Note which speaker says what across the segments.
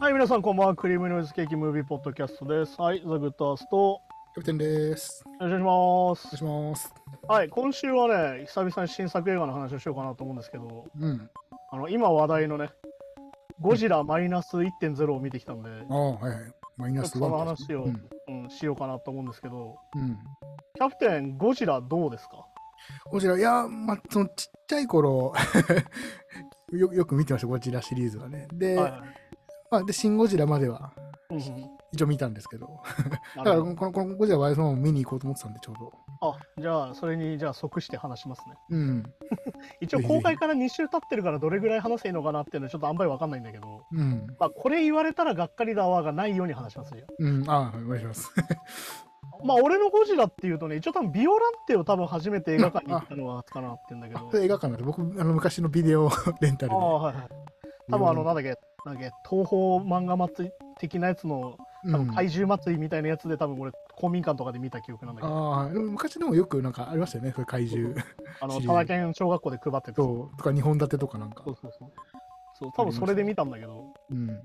Speaker 1: 皆さん、こんばんは。クリームノイズケーキムービーポッドキャストです。はい、ザ・グッドアースト、
Speaker 2: キャプテンです。
Speaker 1: お願いしま
Speaker 2: お願い
Speaker 1: す。
Speaker 2: します。
Speaker 1: はい、今週はね、久々に新作映画の話をしようかなと思うんですけど、
Speaker 2: うん。
Speaker 1: あの、今話題のね、ゴジラマイナス1.0を見てきたんで、
Speaker 2: ああ、はいはい。マイナス
Speaker 1: その
Speaker 2: ワン。
Speaker 1: 話を
Speaker 2: うん。
Speaker 1: うん、しようかなと思うんですけど、
Speaker 2: うん。
Speaker 1: キャプテン、ゴジラどうですか
Speaker 2: こちら、いや、まあ、そのちっちゃい頃 よ、よく見てました、こちらシリーズはね。で、
Speaker 1: はいはい。
Speaker 2: まあ、で、シン・ゴジラまでは
Speaker 1: うんうん
Speaker 2: 一応見たんですけど、だ
Speaker 1: な
Speaker 2: か
Speaker 1: る
Speaker 2: ら
Speaker 1: ほど
Speaker 2: この、このゴジラはそのまま見に行こうと思ってたんで、ちょうど。
Speaker 1: あ、じゃあ、それに、じゃあ、即して話しますね。
Speaker 2: うん。
Speaker 1: 一応、
Speaker 2: ぜひぜひ
Speaker 1: 公開から2週経ってるから、どれぐらい話せいいのかなっていうのは、ちょっとあんまりわかんないんだけど、
Speaker 2: うん。
Speaker 1: まあ、これ言われたらがっかりだわがないように話しますよ。
Speaker 2: うん。ああ、お願いし ます。
Speaker 1: まあ、俺のゴジラっていうとね、一応多分ビオランテを多分初めて映画館に行ったのはかなって言うんだけ
Speaker 2: あ
Speaker 1: ど
Speaker 2: こ、れ映画館なんで、僕、あの昔のビデオレンタル
Speaker 1: あ
Speaker 2: で
Speaker 1: あ、はいはい。多分あの、なんだっけ、なんだっけ、東宝漫画祭り的なやつの、
Speaker 2: う
Speaker 1: 多
Speaker 2: ん
Speaker 1: 分怪獣祭りみたいなやつで、多分俺、公民館とかで見た記憶なんだけど、
Speaker 2: ああ、でも昔でもよくなんかありましたよね、そういう怪獣。
Speaker 1: あの、
Speaker 2: 知り
Speaker 1: ただけん小学校で配ってた。そう
Speaker 2: そう、とか、2本立てとかなんか
Speaker 1: そ。うそう。そう、多分それで見たんだけど、
Speaker 2: うん。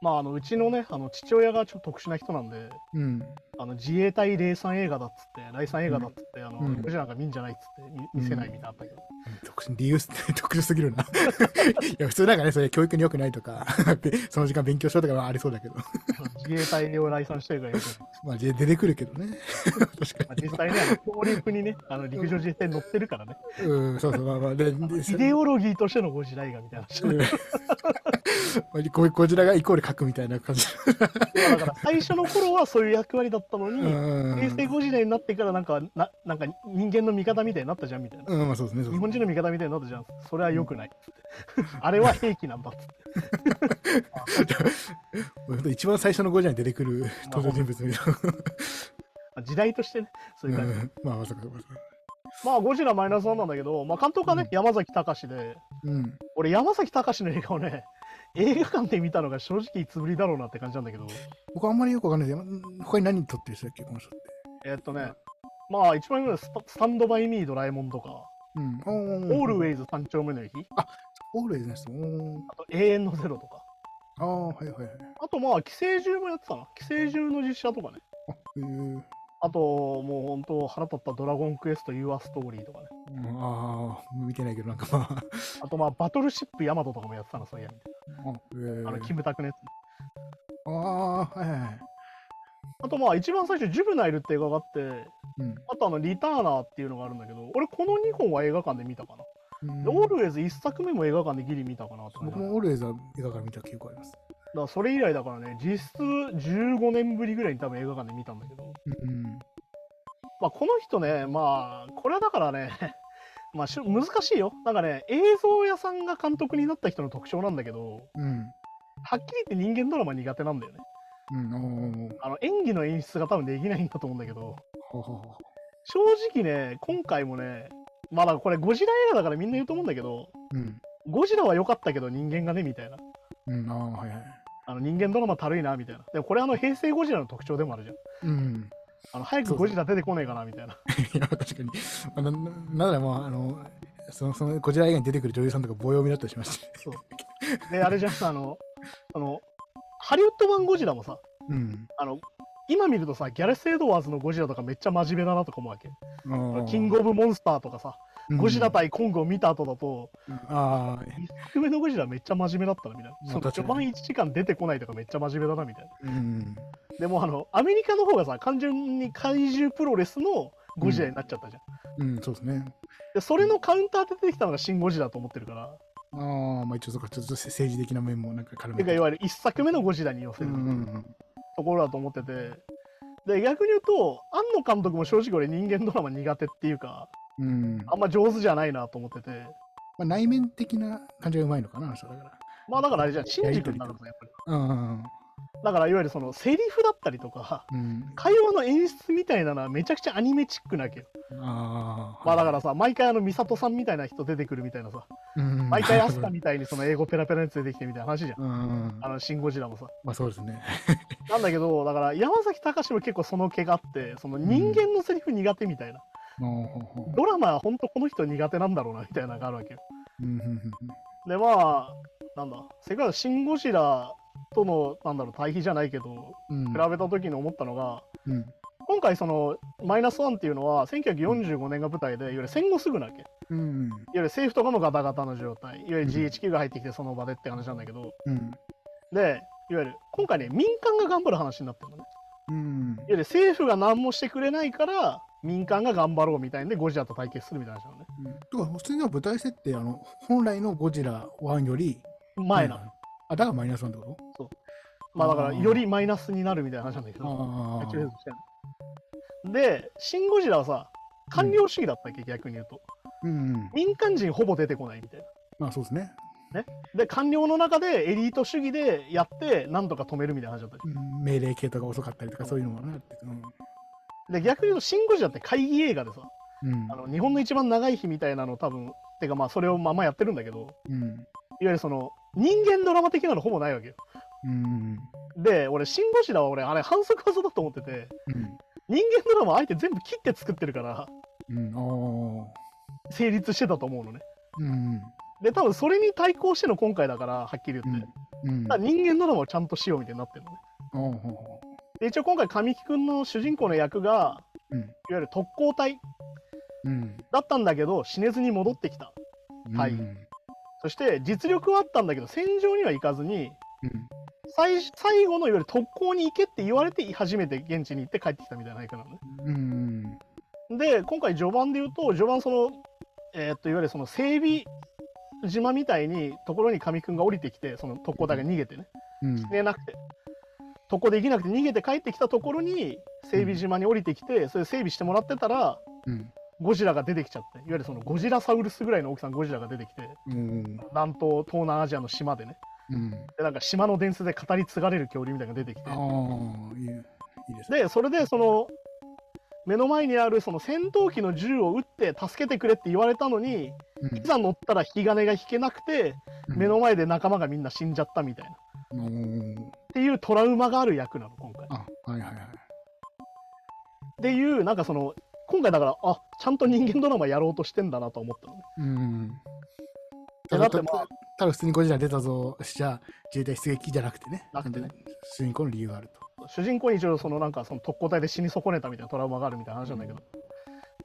Speaker 1: まあ、あの、うちのね、あの、父親がちょっと特殊な人なんで、
Speaker 2: うん。
Speaker 1: あの自衛隊霊産映画だっつって、霊産映画だっつって、あの、
Speaker 2: うん
Speaker 1: ゴジラなんか見んじゃないっつってみ、見せないみたいなのあったけど、
Speaker 2: 特殊理由す特殊すぎるな いや普通なんかねそれ教育に良くないとか でその時間勉強しようとかはありそうだけど
Speaker 1: 自衛隊を来賛してるからよく、
Speaker 2: まあで出てくるけどね確
Speaker 1: ま
Speaker 2: か
Speaker 1: あ、実際ね、あの強力にね、あの陸上自衛隊に乗ってるからね、
Speaker 2: に うんそうそうまあまあでで
Speaker 1: イデオロギーとしてのゴジラ映画みたいな話。
Speaker 2: うん まあここちらがイコール書くみたいな感じ
Speaker 1: だから最初の頃はそういう役割だったの
Speaker 2: う
Speaker 1: に、
Speaker 2: ん
Speaker 1: 平成ゴジラになってからなんかな、なんか人間の味方みたいになったじゃんみたいな。
Speaker 2: うんまあそうですねそうです
Speaker 1: 日
Speaker 2: ね
Speaker 1: 本人の味方みたいになったじゃん。それは良くないっつって。あれは兵器なんだっつって。
Speaker 2: 本当一番最初のゴジラに出てくる登場人物みたいな
Speaker 1: まあ時代としてね、そういう感じ。
Speaker 2: うんまあまさかまさか
Speaker 1: まあ、ゴジラマイナスワンなんだけど、まあ、監督はね、
Speaker 2: うん
Speaker 1: 山崎隆で、
Speaker 2: うん
Speaker 1: 俺、山崎隆の映画をね、映画館で見たのが正直いつぶりだろうなって感じなんだけど、
Speaker 2: 僕あんまりよくわかんないですうん他に何撮ってる人だっけこの人って
Speaker 1: えっとね、まあ、一番有名なスパスタンドバイミードラえもんとか、
Speaker 2: うん
Speaker 1: オールウ
Speaker 2: イ
Speaker 1: ェイズ三丁目の駅、
Speaker 2: オールウェイですねおー
Speaker 1: あと永遠のゼロとか、
Speaker 2: ああはいはいはい
Speaker 1: あとまあ、寄生獣もやってたな、寄生獣の実写とかね、
Speaker 2: あへー
Speaker 1: あともう本当腹立ったドラゴンクエスト You Are Story とかね、
Speaker 2: うんああ、見てないけど、なんかまあ、
Speaker 1: あとまあ、バトルシップヤマトとかもやってたな、そういや、
Speaker 2: あえー
Speaker 1: あの、キムタクのやつ。
Speaker 2: ああ、はいはいはい。
Speaker 1: あとまあ、一番最初、ジュブナイルって映画があって、
Speaker 2: うん
Speaker 1: あとあの、リターナーっていうのがあるんだけど、俺この2本は映画館で見たかな。
Speaker 2: うん
Speaker 1: でオールウェイズ1作目も映画館でギリ見たかなって感じ
Speaker 2: 僕
Speaker 1: だね
Speaker 2: もオールウェイズは映画から見た記憶あります。
Speaker 1: だからそれ以来だからね、実質15年ぶりぐらいに多分映画館で見たんだけど、
Speaker 2: うん。
Speaker 1: まあこの人ね、まあ、これはだからね、 まあしゅ難しいよ。なんかね、映像屋さんが監督になった人の特徴なんだけど、
Speaker 2: うん。
Speaker 1: はっきり言って人間ドラマ苦手なんだよね。
Speaker 2: うん。うん、
Speaker 1: あの演技の演出が多分できないんだと思うんだけど、
Speaker 2: おーははは
Speaker 1: 正直ね、今回もね、まあだからこれゴジラ映画だからみんな言うと思うんだけど、
Speaker 2: うん。
Speaker 1: ゴジラは良かったけど人間がねみたいな
Speaker 2: うん。ああ、はいはい。
Speaker 1: あの人間ドラマたるいなみたいなでもこれあの平成ゴジラの特徴でもあるじゃん
Speaker 2: うん。
Speaker 1: あの早く
Speaker 2: そう
Speaker 1: ゴジラ出てこねえかなみたいない
Speaker 2: や、確かに。まあ、なななんなら、まあ、あの、その、その、こちら以外に出てくる女優さんとか棒読みだったりしました。
Speaker 1: であれじゃんあのあのハリウッド版ゴジラもさ
Speaker 2: うん。
Speaker 1: あの今見るとさギャレス・エドワーズのゴジラとかめっちゃ真面目だなとか思うわけ
Speaker 2: あー
Speaker 1: キングオブモンスターとかさゴジラ、対コングを見た後だと
Speaker 2: うんああ、
Speaker 1: 低めのゴジラめっちゃ真面目だったなみたい
Speaker 2: まあ
Speaker 1: なその
Speaker 2: 確か
Speaker 1: 序
Speaker 2: に
Speaker 1: 盤1時間出てこないとかめっちゃ真面目だなみたいな
Speaker 2: うん。
Speaker 1: でもあのアメリカの方がさ完全に怪獣プロレスのゴジラになっちゃったじゃん
Speaker 2: うん、そうですね。
Speaker 1: でそれのカウンターで出てきたのがシン・ゴジラだと思ってるから、
Speaker 2: ああ、まあ一応、そうか、ちょっと政治的な面もなんか絡め
Speaker 1: てかいわゆる1作目のゴジラに寄せ
Speaker 2: う
Speaker 1: る
Speaker 2: んうんうん。
Speaker 1: ところだと思ってて、で逆に言うと、庵野監督も正直俺、人間ドラマ苦手っていうか、
Speaker 2: うん
Speaker 1: あんま上手じゃないなと思ってて、
Speaker 2: まあ、内面的な感じがうまいのかな、あの人はだから。
Speaker 1: まあだからあれじゃん、シンジ君なのかやっぱり。
Speaker 2: うん
Speaker 1: だからいわゆるそのセリフだったりとか、
Speaker 2: うん。
Speaker 1: 会話の演出みたいなのはめちゃくちゃアニメチックなわけよ。
Speaker 2: ああ。
Speaker 1: まあだからさ、毎回あの、美里さんみたいな人出てくるみたいなさ、
Speaker 2: ら、うん、
Speaker 1: 毎回アスタみたいにその英語ペラペラに連れてきてみたいな話じゃ ん。
Speaker 2: うん。
Speaker 1: あの、シン・ゴジラもさ。
Speaker 2: まあそうですね。
Speaker 1: なんだけど、だから山崎隆も結構その毛があって、その人間のセリフ苦手みたいな、
Speaker 2: うんほうほう
Speaker 1: ドラマは本当この人苦手なんだろうなみたいなのがあるわけよ。
Speaker 2: うんうんうん
Speaker 1: で、まあ、なんだ、せっかくシン・ゴジラとの、なんだろう、対比じゃないけど、
Speaker 2: うん
Speaker 1: 比べた時に思ったのが、
Speaker 2: うん
Speaker 1: 今回その、マイナスワンっていうのは、1945年が舞台で、いわゆる戦後すぐなわけ。いわ
Speaker 2: うん
Speaker 1: ゆる政府とかのガタガタの状態、いわゆる GHQ が入ってきてその場でって話なんだけど、
Speaker 2: うん
Speaker 1: で、いわゆる、今回ね、民間が頑張る話になってるのね。
Speaker 2: うん
Speaker 1: いわゆる政府が何もしてくれないから、民間が頑張ろうみたいんで、ゴジラと対決するみたいな話なのね。
Speaker 2: とか普通の舞台設定あの本来のゴジラ1より
Speaker 1: 前なの。
Speaker 2: あだからマイナスなんだろ
Speaker 1: まあだから、
Speaker 2: あー
Speaker 1: よりマイナスになるみたいな話なんだけど。
Speaker 2: あ
Speaker 1: 一応そうしてんので、シン・ゴジラはさ、官僚主義だったっけ、逆に言うと。
Speaker 2: うんうん
Speaker 1: 民間人ほぼ出てこないみたいな。
Speaker 2: まあそうですね
Speaker 1: で、官僚の中でエリート主義でやって、なんとか止めるみたいな話だったじ
Speaker 2: うん命令系とか遅かったりとかそういうのもなってうん
Speaker 1: ゃんで、逆に言うと、シン・ゴジラって会議映画でさ、
Speaker 2: うん
Speaker 1: あの日本の一番長い日みたいなの多分、てかまあ、それをまあまあやってるんだけど、いわ
Speaker 2: うん
Speaker 1: ゆるその、人間ドラマ的なのほぼないわけよ。
Speaker 2: うん
Speaker 1: で、俺、シン・ゴジラは俺、あれ、反則技だと思ってて、
Speaker 2: うん
Speaker 1: 人間ドラマあえて全部切って作ってるから、
Speaker 2: うんああ
Speaker 1: 成立してたと思うのね。
Speaker 2: うん
Speaker 1: で、多分それに対抗しての今回だから、はっきり言って。
Speaker 2: うん
Speaker 1: ただ人間ドラマをちゃんとしようみたいになってるのね。
Speaker 2: うん
Speaker 1: で一応今回神木君の主人公の役が
Speaker 2: うん
Speaker 1: いわゆる特攻隊
Speaker 2: うん
Speaker 1: だったんだけど死ねずに戻ってきたはい
Speaker 2: うん
Speaker 1: そして実力はあったんだけど戦場には行かずに
Speaker 2: うん
Speaker 1: 最最後のいわゆる特攻に行けって言われて初めて現地に行って帰ってきたみたいな役なのね。
Speaker 2: うん
Speaker 1: で今回序盤で言うと序盤その、えーっといわゆるその整備島みたいにところに神木君が降りてきてその特攻隊が逃げてね
Speaker 2: うん
Speaker 1: 寝なくて渡航できなくて逃げて帰ってきたところに整備島に降りてきてそれ整備してもらってたら
Speaker 2: うん
Speaker 1: ゴジラが出てきちゃっていわゆるそのゴジラサウルスぐらいの大きさのゴジラが出てきて
Speaker 2: うん
Speaker 1: 南東東南アジアの島でね
Speaker 2: うん
Speaker 1: でなんか島の伝説で語り継がれる恐竜みたいなのが出てきて
Speaker 2: ああいいいいですね
Speaker 1: でそれでその目の前にあるその戦闘機の銃を撃って助けてくれって言われたのに
Speaker 2: うん
Speaker 1: いざ乗ったら引き金が引けなくて目の前で仲間がみんな死んじゃったみたいなっ
Speaker 2: うん
Speaker 1: ていうトラウマがある役なの今回。
Speaker 2: あはいはいはい
Speaker 1: っていうなんかその今回だからあちゃんと人間ドラマやろうとしてんだなと思ったのね
Speaker 2: うん。
Speaker 1: いやだってまあ
Speaker 2: ただ普通にゴジラ出たぞ、じゃあ自衛隊出撃じゃなくてね、
Speaker 1: なくてね
Speaker 2: 主人公の理由があると。
Speaker 1: 主人公に一応そのなんかその特攻隊で死に損ねたみたいなトラウマがあるみたいな話なんだけど、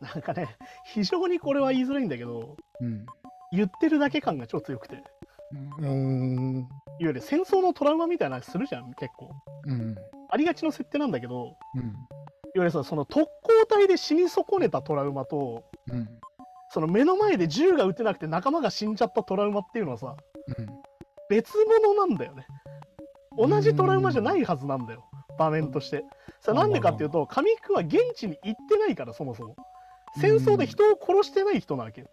Speaker 1: なんかね非常にこれは言いづらいんだけど
Speaker 2: うん。
Speaker 1: 言ってるだけ感が超強くていわ
Speaker 2: うん。
Speaker 1: ゆる戦争のトラウマみたいな話するじゃん結構
Speaker 2: うん。
Speaker 1: ありがちの設定なんだけど
Speaker 2: うん。
Speaker 1: いわゆるさその特攻隊で死に損ねたトラウマと
Speaker 2: うん。
Speaker 1: その目の前で銃が撃てなくて仲間が死んじゃったトラウマっていうのはさ
Speaker 2: うん。
Speaker 1: 別物なんだよね同じトラウマじゃないはずなんだよ場面としてさあなんでかっていうと神木君は現地に行ってないからそもそも戦争で人を殺してない人なわけよ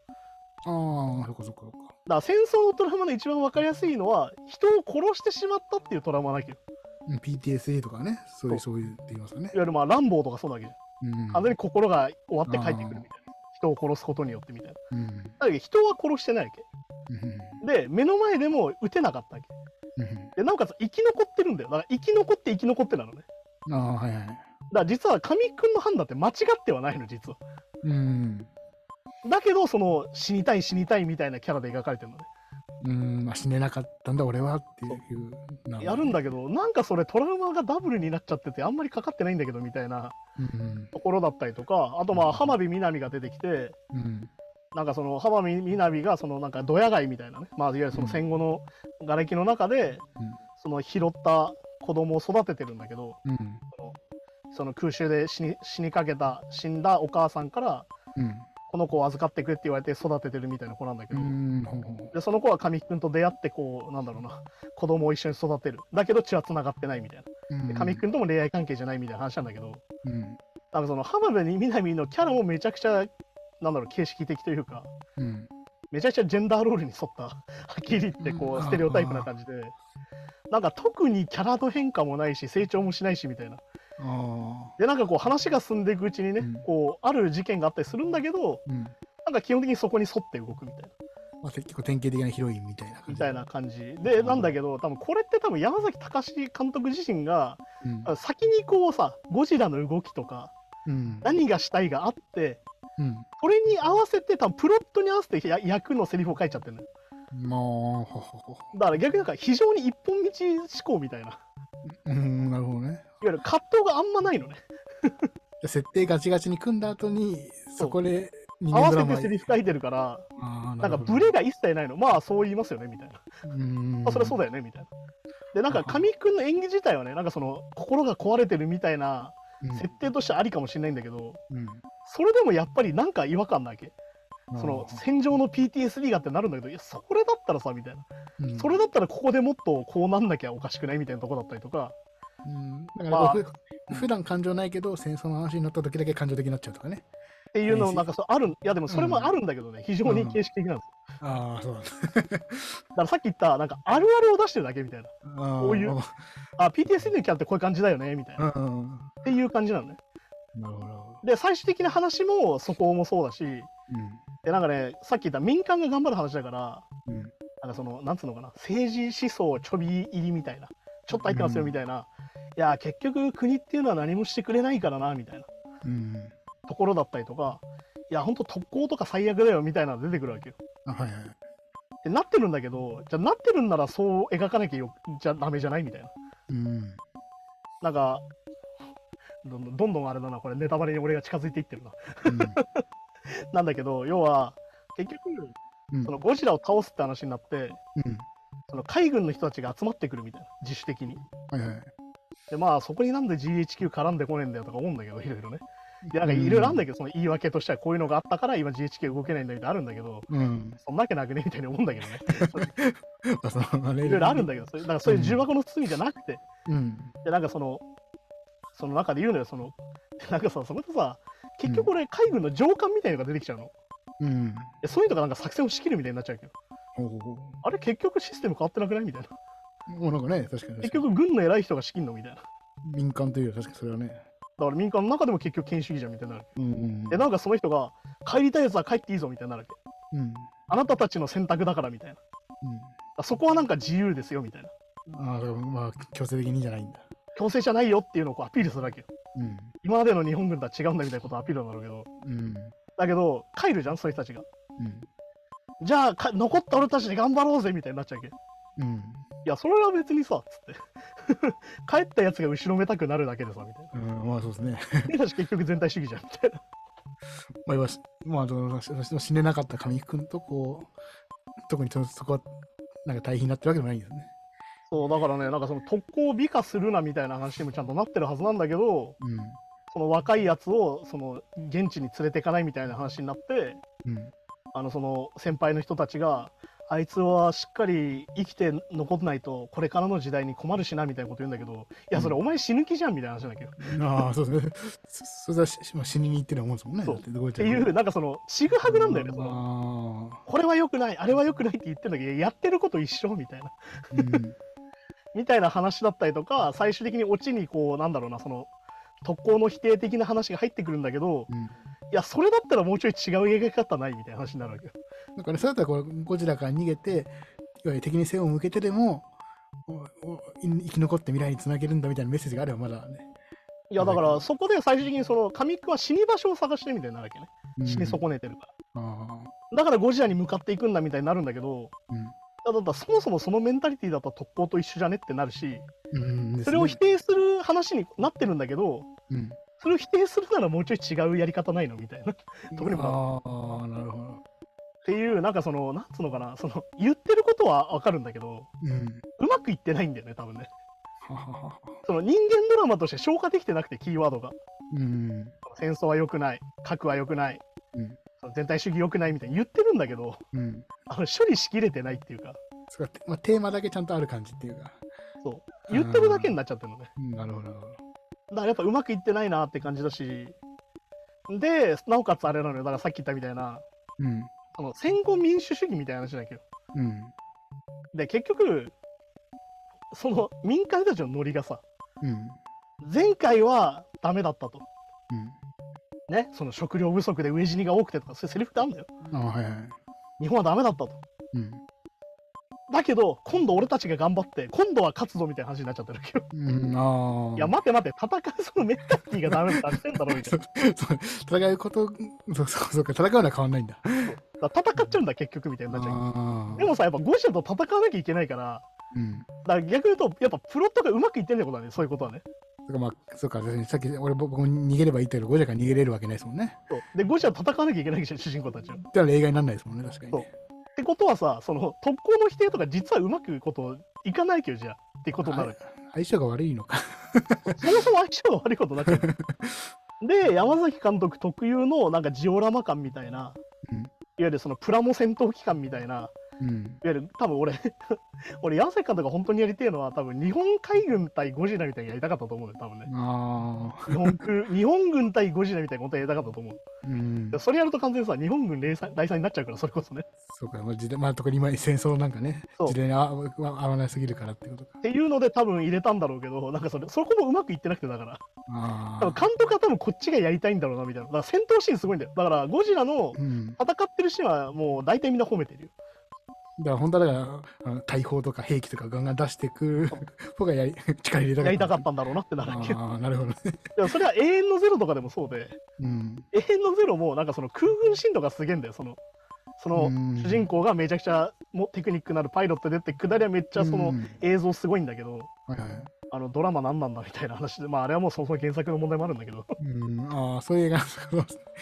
Speaker 2: ああ、そこそこそこ。
Speaker 1: だから戦争のトラウマの一番分かりやすいのは人を殺してしまったっていうトラウマなわけよ
Speaker 2: うん PTSD とかね、そういう、そういうって言いますよね
Speaker 1: い。わゆるまあ乱暴とかそうなわけじゃん
Speaker 2: うん。
Speaker 1: 完全に心が終わって帰ってくるみたいな人を殺すことによってみたいな
Speaker 2: うん。
Speaker 1: だけど人は殺してないわけ
Speaker 2: うん。
Speaker 1: で目の前でも撃てなかったわけ
Speaker 2: う
Speaker 1: でなおかつ生き残ってるんだよだから生き残って生き残ってなのね
Speaker 2: ん。ああ、はいはい。
Speaker 1: だから実は神木君の判断って間違ってはないの実は
Speaker 2: うん。
Speaker 1: だけどその死にたい死にたいみたいなキャラで描かれてるのね
Speaker 2: うん、まあ死ねなかったんだ俺はっていう。な
Speaker 1: やるんだけどなんかそれトラウマがダブルになっちゃっててあんまりかかってないんだけどみたいな
Speaker 2: うん。
Speaker 1: ところだったりとかあとまあ浜辺美波が出てきて
Speaker 2: うん。
Speaker 1: なんかその浜辺美波がそのなんかドヤ街みたいなねまあいわゆるその戦後の瓦礫の中で
Speaker 2: うん
Speaker 1: その拾った子供を育ててるんだけど
Speaker 2: うん。
Speaker 1: その空襲で死に死にかけた死んだお母さんから
Speaker 2: うん。
Speaker 1: この子を預かってくれって言われて育ててるみたいな子なんだけ
Speaker 2: う
Speaker 1: ど、
Speaker 2: ん。ほうほう
Speaker 1: でその子は神木君と出会ってこうなんだろうな子供を一緒に育てるだけど血はつながってないみたいな神木君とも恋愛関係じゃないみたいな話なんだけど
Speaker 2: うん
Speaker 1: 多分その浜辺美波のキャラもめちゃくちゃなんだろう形式的というか
Speaker 2: うん
Speaker 1: めちゃくちゃジェンダーロールに沿ったはっきり言ってこ
Speaker 2: う
Speaker 1: うんステレオタイプな感じでなんか特にキャラの変化もないし成長もしないしみたいな
Speaker 2: あ
Speaker 1: でなんかこう話が進んでいくうちにね
Speaker 2: うん
Speaker 1: こうある事件があったりするんだけど
Speaker 2: ーうん
Speaker 1: なんか基本的にそこに沿って動くみたいな。
Speaker 2: まあ、結構典型的なヒロインみたいな感
Speaker 1: み
Speaker 2: じ
Speaker 1: たいな感じでなんだけど多分これって多分山崎隆監督自身が
Speaker 2: うん
Speaker 1: あ先にこうさゴジラの動きとか
Speaker 2: うん
Speaker 1: 何がしたいがあって
Speaker 2: うん
Speaker 1: それに合わせて多分プロットに合わせてや役のセリフを書いちゃってるのよ
Speaker 2: もう、ほほほ。
Speaker 1: だから逆になんか非常に一本道思考みたいな。いわ
Speaker 2: うん、なるほどね。
Speaker 1: ゆる葛藤があんまないのね。
Speaker 2: 設定ガチガチに組んだ後に、そこで人
Speaker 1: 合
Speaker 2: 間
Speaker 1: わ
Speaker 2: ドラ
Speaker 1: せ
Speaker 2: マ
Speaker 1: てセリフ書いてるから、
Speaker 2: あー
Speaker 1: なんか
Speaker 2: るほど
Speaker 1: ブレが一切ないの。まあそう言いますよね、みたいな。
Speaker 2: うん
Speaker 1: まあそれはそうだよね、みたいな。で、なんか神くんの演技自体はね、なんかその心が壊れてるみたいな
Speaker 2: うん
Speaker 1: 設定としてはありかもしれないんだけど、
Speaker 2: うん
Speaker 1: それでもやっぱりなんか違和感なわけ。その戦場の PTSD がってなるんだけど、いや、それだったらさ、みたいな。
Speaker 2: うん
Speaker 1: それだったらここでもっとこうなんなきゃおかしくないみたいなとこだったりとか、
Speaker 2: うんだから
Speaker 1: まあ
Speaker 2: ふ、普段感情ないけど戦争の話になった時だけ感情的になっちゃうとかね
Speaker 1: っていうのも
Speaker 2: うん
Speaker 1: なんかそうあるんいやでもそれもあるんだけどね、非常に形式的なんですよ
Speaker 2: ああそうなんだ
Speaker 1: だからさっき言ったなんかあるあるを出してるだけみたいな
Speaker 2: あー
Speaker 1: こういうあ PTSD のキャラってこういう感じだよねみたいな
Speaker 2: う
Speaker 1: っ
Speaker 2: んうんうん
Speaker 1: ていう感じなのね
Speaker 2: なるほど
Speaker 1: で最終的な話もそこもそうだし
Speaker 2: う
Speaker 1: でなんかねさっき言った民間が頑張る話だから
Speaker 2: んうん
Speaker 1: なんかそのなんつうのかな政治思想ちょび入りみたいなちょっと入ってますよみたいな、いや結局国っていうのは何もしてくれないからなみたいな
Speaker 2: うん
Speaker 1: ところだったりとかいやほんと特攻とか最悪だよみたいなのが出てくるわけよ
Speaker 2: あはいはい
Speaker 1: ってなってるんだけどじゃあなってるんならそう描かなきゃよじゃダメじゃないみたいな
Speaker 2: うん
Speaker 1: なんかどんどんどんどんあれだなこれネタバレに俺が近づいていってるななんだけど要は結局
Speaker 2: うん
Speaker 1: そのゴジラを倒すって話になって
Speaker 2: うん
Speaker 1: その海軍の人たちが集まってくるみたいな自主的に
Speaker 2: はいはい
Speaker 1: でまあそこになんで GHQ 絡んでこねえんだよとか思うんだけどいろいろねいやなんかいろいろあるんだけどその言い訳としてはこういうのがあったから今 GHQ 動けないんだけどあるんだけど
Speaker 2: うん
Speaker 1: そんなわけなくねみたいに思うんだ けどね
Speaker 2: あそのあれ
Speaker 1: いろいろあるんだけどそれなんかそういう重箱の包みじゃなくて
Speaker 2: うん
Speaker 1: でなんかそのその中で言うのよそのなんかさそこでさ結局俺海軍の上官みたいなのが出てきちゃうの、い
Speaker 2: うん
Speaker 1: やそういうのがなんか作戦を仕切るみたいになっちゃうけど
Speaker 2: ほうほうほ
Speaker 1: あれ結局システム変わってなくないみたいな
Speaker 2: うもうなんかね確かに確
Speaker 1: 結
Speaker 2: かに
Speaker 1: 局軍の偉い人が仕切るのみたいなだか
Speaker 2: 民間というよりは確かにそれはね
Speaker 1: ら民間の中でも結局権威主義じゃんみたいになる
Speaker 2: うんうん
Speaker 1: でなんかその人が帰りたいやつは帰っていいぞみたいになるわけ
Speaker 2: うん
Speaker 1: あなたたちの選択だからみたいなだからそこはなんか自由ですよみたいな
Speaker 2: うんああだからまあ強制的にじゃないんだ
Speaker 1: 強制じゃないよっていうのをこうアピールするわけよ
Speaker 2: うん
Speaker 1: 今までの日本軍とは違うんだみたいなことをアピールなんだろうけど
Speaker 2: うん
Speaker 1: だけど帰るじゃんそういう人たちが
Speaker 2: うん
Speaker 1: じゃあか残った俺たちで頑張ろうぜみたいになっちゃうわけ
Speaker 2: うん
Speaker 1: いや、それは別にさ、つって。 帰ったやつが後ろめたくなるだけでさ、みたいな。
Speaker 2: うんまあそうですね
Speaker 1: 君たち結局全体主義じゃん、みたいな。
Speaker 2: まあ、今し、まあ、そのその死ねなかった神木君とこう、特にそのそこは、なんか対比になってるわけでもないんですね。
Speaker 1: そう、だからね、なんかその特攻美化するなみたいな話にもちゃんとなってるはずなんだけど、その若いやつを、その、現地に連れてかないみたいな話になって、
Speaker 2: うん。
Speaker 1: あの、その、先輩の人たちが、あいつはしっかり生きて残んないと、これからの時代に困るしな、みたいなこと言うんだけど、いや、それお前死ぬ気じゃん、みたいな話なんだけど。
Speaker 2: うん。ああ、そうですね。そそれはし、まあ、死にに行ってる思うんですもんね。
Speaker 1: そう
Speaker 2: だってどこ行っ
Speaker 1: っていう、なんかその、ちぐはぐなんだよね、その。
Speaker 2: の。あ
Speaker 1: これは良くない、あれは良くないって言ってるんだけど、いややってること一緒みたいな。
Speaker 2: あ。うん。
Speaker 1: みたいな話だったりとか最終的にオチにこうなんだろうなその特攻の否定的な話が入ってくるんだけど
Speaker 2: うん。
Speaker 1: いやそれだったらもうちょい違う描き方ないみたいな話になるわけよ
Speaker 2: だから、それだったら、こう、ゴジラから逃げて、いわゆる敵に背を向けてでも、おおい生き残って未来につなげるんだみたいなメッセージがあればまだね、
Speaker 1: いやだからそこで最終的にその神木は死に場所を探してるみたいになるわけね
Speaker 2: うん、
Speaker 1: 死に損ねてるか
Speaker 2: ああ
Speaker 1: らだからゴジラに向かっていくんだみたいになるんだけどいやだからそもそもそのメンタリティーだったら特攻と一緒じゃねってなるし
Speaker 2: うんうんですね
Speaker 1: それを否定する話になってるんだけど
Speaker 2: うん
Speaker 1: それを否定するならもうちょい違うやり方ないのみたいな特にまだ
Speaker 2: ああなるほど
Speaker 1: っていうなんかそのなんつうのかなその言ってることはわかるんだけど
Speaker 2: うん
Speaker 1: うまくいってないんだよね多分ね
Speaker 2: はははは
Speaker 1: その人間ドラマとして消化できてなくてキーワードが
Speaker 2: うん
Speaker 1: 戦争は良くない核は良くない
Speaker 2: うん
Speaker 1: その全体主義良くないみたいに言ってるんだけど
Speaker 2: うん。
Speaker 1: あの処理しきれてないっていうか
Speaker 2: そうか、まあ、テーマだけちゃんとある感じっていうか。
Speaker 1: そう言ってるだけになっちゃってるのね
Speaker 2: うんなるほど。なるほど
Speaker 1: だからやっぱうまくいってないなって感じだしでなおかつあれなのよだからさっき言ったみたいな
Speaker 2: うん。
Speaker 1: その戦後民主主義みたいな話だけど
Speaker 2: うん。
Speaker 1: で結局その民間人たちのノリがさ
Speaker 2: うん。
Speaker 1: 前回はダメだったと
Speaker 2: うん。
Speaker 1: ね、その食料不足で飢え死にが多くてとかそういうセリフってあるんだよ
Speaker 2: あはいはい。
Speaker 1: 日本はダメだったと
Speaker 2: うん。
Speaker 1: だけど今度俺たちが頑張って今度は勝つぞみたいな話になっちゃってるけど
Speaker 2: うん、ああ。
Speaker 1: いや待て待て戦うそ のメンタリティーがダメだったらしてんだろみたいな
Speaker 2: そう戦うこと、そうそうそうか、戦うのは変わんないんだ。
Speaker 1: だから戦っちゃうんだ結局みたいになっちゃう
Speaker 2: あー
Speaker 1: でもさやっぱゴジラと戦わなきゃいけないから
Speaker 2: うん。
Speaker 1: だから逆に言うとやっぱプロットがうまくいってんだことはねそういうことはね
Speaker 2: そうか、まあ、そうか、さっき俺僕も逃げればいいって言ったけど、ゴジラから逃げれるわけないですもんね。
Speaker 1: そうでゴジラと戦わなきゃいけないじゃん主人公たちは
Speaker 2: ってのは例外にならないですもんね、確かに、
Speaker 1: そう
Speaker 2: ね。
Speaker 1: ってことはさその特攻の否定とか実はうまくこといかないけどじゃあってことになる
Speaker 2: 相性が悪いのか。
Speaker 1: そもそも相性が悪いことになっちゃ うで山崎監督特有のなんかジオラマ感みたいな、
Speaker 2: うん
Speaker 1: いわゆるそのプラモ戦闘機感みたいな
Speaker 2: うん。
Speaker 1: いわゆる多分俺 俺山崎監督が本当にやりてえのは多分日本海軍対ゴジラみたいにやりたかったと思うね多分ね
Speaker 2: ああ。
Speaker 1: 日本空日本軍対ゴジラみたいなことやりたかったと思う
Speaker 2: うん
Speaker 1: で。それやると完全にさ日本軍零三第三になっちゃうからそれこそね
Speaker 2: そうか、まあ、時 代まあ、特に今、戦争なんかね
Speaker 1: そ、う
Speaker 2: 時代に合わ合わなすぎるからってことか
Speaker 1: っ。ていうので多分入れたんだろうけどなんかそれそこもうまくいってなくてだから
Speaker 2: あ
Speaker 1: 多
Speaker 2: あ
Speaker 1: 分。監督は多分こっちがやりたいんだろうなみたいなだから戦闘シーンすごいんだよだからゴジラの
Speaker 2: うん。だか
Speaker 1: 戦ってるシーンはもう大体みんな褒めてるよ
Speaker 2: ら、本当はだからあの、大砲とか兵器とかガンガン出してくる、僕がやり 力入れたかった。
Speaker 1: やりたかったんだろうなってなるけど
Speaker 2: ああ、なるほどね。
Speaker 1: でもそれは永遠のゼロとかでもそうで
Speaker 2: うん。
Speaker 1: 永遠のゼロもなんかその空軍進路がすげえんだよそのその
Speaker 2: うん
Speaker 1: 主人公がめちゃくちゃもテクニックのあるパイロットで出て下りはめっちゃそ
Speaker 2: うん
Speaker 1: の映像すごいんだけど、
Speaker 2: はいはい。
Speaker 1: あのドラマ何なんだみたいな話でまああれはもうそもそも原作の問題もあるんだけどっ
Speaker 2: うん。ああ、そういう映画。